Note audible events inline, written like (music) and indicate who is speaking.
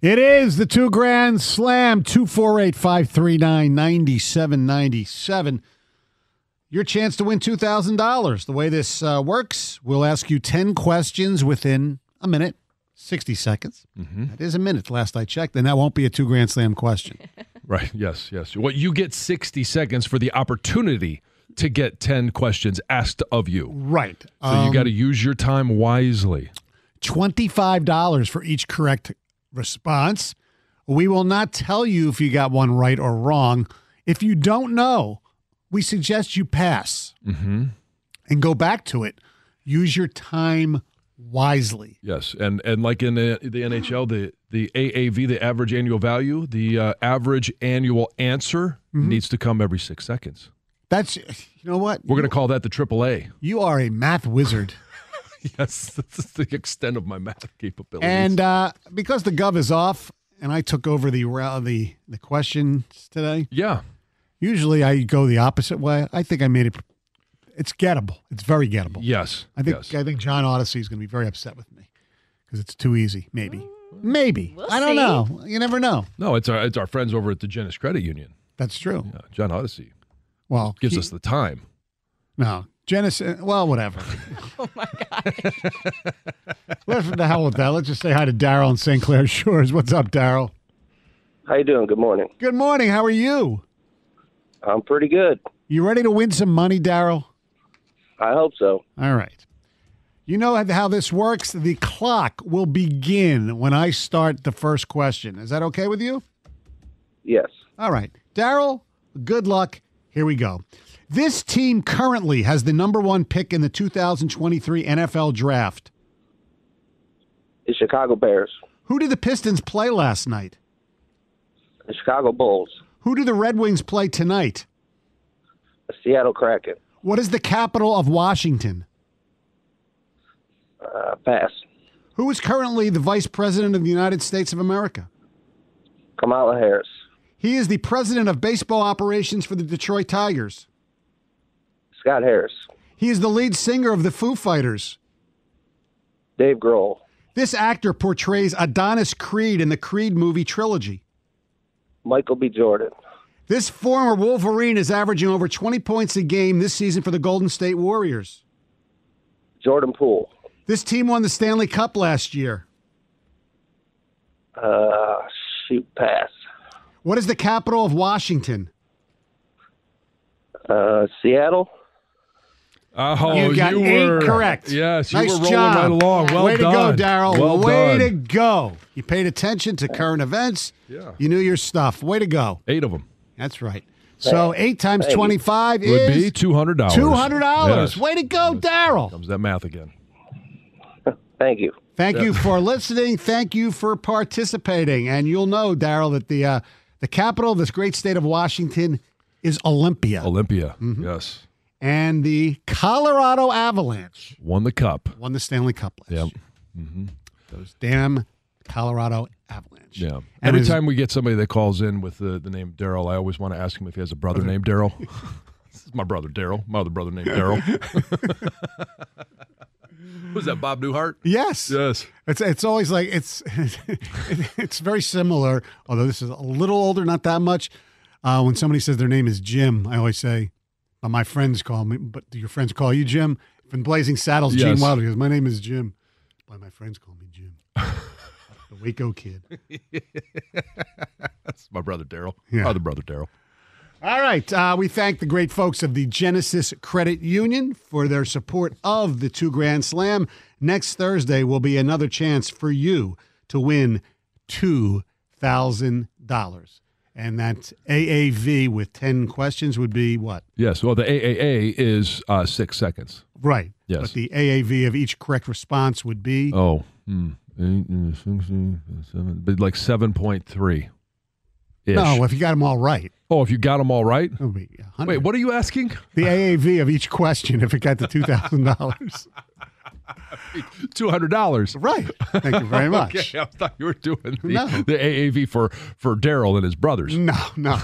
Speaker 1: It is the two grand slam, 248 539 9797. Your chance to win $2,000. The way this uh, works, we'll ask you 10 questions within a minute, 60 seconds. That is a minute, last I checked, and that won't be a two grand slam question.
Speaker 2: Right. Yes. Yes. Well, you get 60 seconds for the opportunity to get 10 questions asked of you.
Speaker 1: right.
Speaker 2: So
Speaker 1: Um,
Speaker 2: you got to use your time wisely.
Speaker 1: $25 for each correct response. We will not tell you if you got one right or wrong. If you don't know, we suggest you pass and go back to it. Use your time wisely.
Speaker 2: Yes. And and like in the, the NHL, the the AAV, the average annual value, the uh, average annual answer
Speaker 1: Mm-hmm.
Speaker 2: needs to come every six seconds.
Speaker 1: That's, you know what?
Speaker 2: We're going to call that the AAA.
Speaker 1: You are a math wizard.
Speaker 2: (laughs) Yes. This is the extent of my math capabilities.
Speaker 1: and uh, because the gov is off and I took over the, ra- the, the questions today,
Speaker 2: yeah.
Speaker 1: usually I go the opposite way. I think I made it, it's gettable. It's very gettable.
Speaker 2: Yes.
Speaker 1: I think
Speaker 2: Yes.
Speaker 1: I think John Odyssey is going to be very upset with me because it's too easy. Maybe, maybe I don't
Speaker 3: see.
Speaker 1: know. You never know.
Speaker 2: No, it's our it's our friends over at the Genesis Credit Union.
Speaker 1: That's true.
Speaker 2: Uh, John Odyssey
Speaker 1: Well,
Speaker 2: gives
Speaker 1: he-
Speaker 2: us the time.
Speaker 1: no Genesis. Well, whatever. oh (laughs) my god. Let's the hell with that. Let's just say hi to Daryl in St. Clair (laughs) Shores. What's up, Daryl?
Speaker 4: How you doing? Good morning.
Speaker 1: Good morning. How are you?
Speaker 4: I'm pretty good.
Speaker 1: You ready to win some money, Daryl?
Speaker 4: I hope so.
Speaker 1: All right. You know how this works. The clock will begin when I start the first question. Is that okay with you?
Speaker 4: Yes.
Speaker 1: All right. Daryl, good luck. Here we go. This team currently has the number one pick in the 2023 NFL draft.
Speaker 4: The Chicago Bears,
Speaker 1: Who did the Pistons play last night?
Speaker 4: the Chicago Bulls,
Speaker 1: Who do the Red Wings play tonight?
Speaker 4: the Seattle Kraken.
Speaker 1: What is the capital of Washington?
Speaker 4: Uh, pass.
Speaker 1: Who is currently the Vice President of the United States of America?
Speaker 4: Kamala Harris,
Speaker 1: He is the President of Baseball Operations for the Detroit Tigers.
Speaker 4: Scott Harris,
Speaker 1: He is the lead singer of the Foo Fighters.
Speaker 4: Dave Grohl,
Speaker 1: This actor portrays Adonis Creed in the Creed movie trilogy.
Speaker 4: Michael B. Jordan,
Speaker 1: This former Wolverine is averaging over 20 points a game this season for the Golden State Warriors.
Speaker 4: Jordan Poole,
Speaker 1: This team won the Stanley Cup last year.
Speaker 4: uh, shoot, pass.
Speaker 1: What is the capital of Washington?
Speaker 4: Uh, Seattle,
Speaker 2: Oh,
Speaker 1: you got eight
Speaker 2: were
Speaker 1: correct.
Speaker 2: Yes, you
Speaker 1: nice
Speaker 2: were rolling
Speaker 1: job.
Speaker 2: right along. Well
Speaker 1: Way
Speaker 2: done,
Speaker 1: to go, Daryl.
Speaker 2: Well
Speaker 1: Way to
Speaker 2: done.
Speaker 1: go. You paid attention to current events.
Speaker 2: Yeah.
Speaker 1: You knew your stuff. Way to go.
Speaker 2: Eight of them
Speaker 1: That's right. So eight times
Speaker 4: Hey.
Speaker 1: 25
Speaker 2: would
Speaker 1: is
Speaker 2: be two hundred dollars.
Speaker 1: $200. Way to go, Daryl.
Speaker 2: Comes that math again.
Speaker 4: thank you.
Speaker 1: Thank you for listening. Thank you for participating. And you'll know, Daryl, that the uh, the capital of this great state of Washington is Olympia,
Speaker 2: Olympia,
Speaker 1: Mm-hmm.
Speaker 2: yes,
Speaker 1: and the Colorado Avalanche
Speaker 2: won the cup.
Speaker 1: won the Stanley Cup last
Speaker 2: Yep. Mm-hmm.
Speaker 1: year. Those damn Colorado Avalanche.
Speaker 2: Yeah.
Speaker 1: And
Speaker 2: Every
Speaker 1: is-
Speaker 2: time we get somebody that calls in with the, the name Daryl, I always want to ask him if he has a brother named
Speaker 1: (laughs)
Speaker 2: Daryl. this is my brother Daryl. My other brother named Daryl. Was that Bob Newhart?
Speaker 1: Yes.
Speaker 2: Yes.
Speaker 1: It's it's always like it's (laughs) it's very similar, although this is a little older, not that much. Uh, when somebody says their name is Jim, I always say, "But my friends call me." But do your friends call you Jim? From Blazing Saddles, Gene
Speaker 2: Yes.
Speaker 1: Wilder goes, "My name is Jim." But my friends call me Jim. the Waco kid.
Speaker 2: That's my brother Daryl.
Speaker 1: Yeah.
Speaker 2: My other brother Daryl.
Speaker 1: All right. Uh, we thank the great folks of the Genesis Credit Union for their support of the Two Grand Slam. Next Thursday will be another chance for you to win $2,000. And that AAV with 10 questions would be what?
Speaker 2: Yes. Well, the AAA is uh, six seconds.
Speaker 1: Right.
Speaker 2: Yes.
Speaker 1: But the AAV of each correct response would be
Speaker 2: Oh, hmm. Eight, uh, six, uh, seven, but like 7.3 ish.
Speaker 1: no, if you got them all right.
Speaker 2: Oh, if you got them all right.
Speaker 1: It would be 100.
Speaker 2: Wait, what are you asking?
Speaker 1: The AAV of each question if it got to
Speaker 2: (laughs)
Speaker 1: $2,000.
Speaker 2: $200.
Speaker 1: right. Thank you
Speaker 2: (laughs)
Speaker 1: very much.
Speaker 2: Okay, I thought you were doing the,
Speaker 1: No.
Speaker 2: the AAV for for Daryl and his brothers.
Speaker 1: No, no.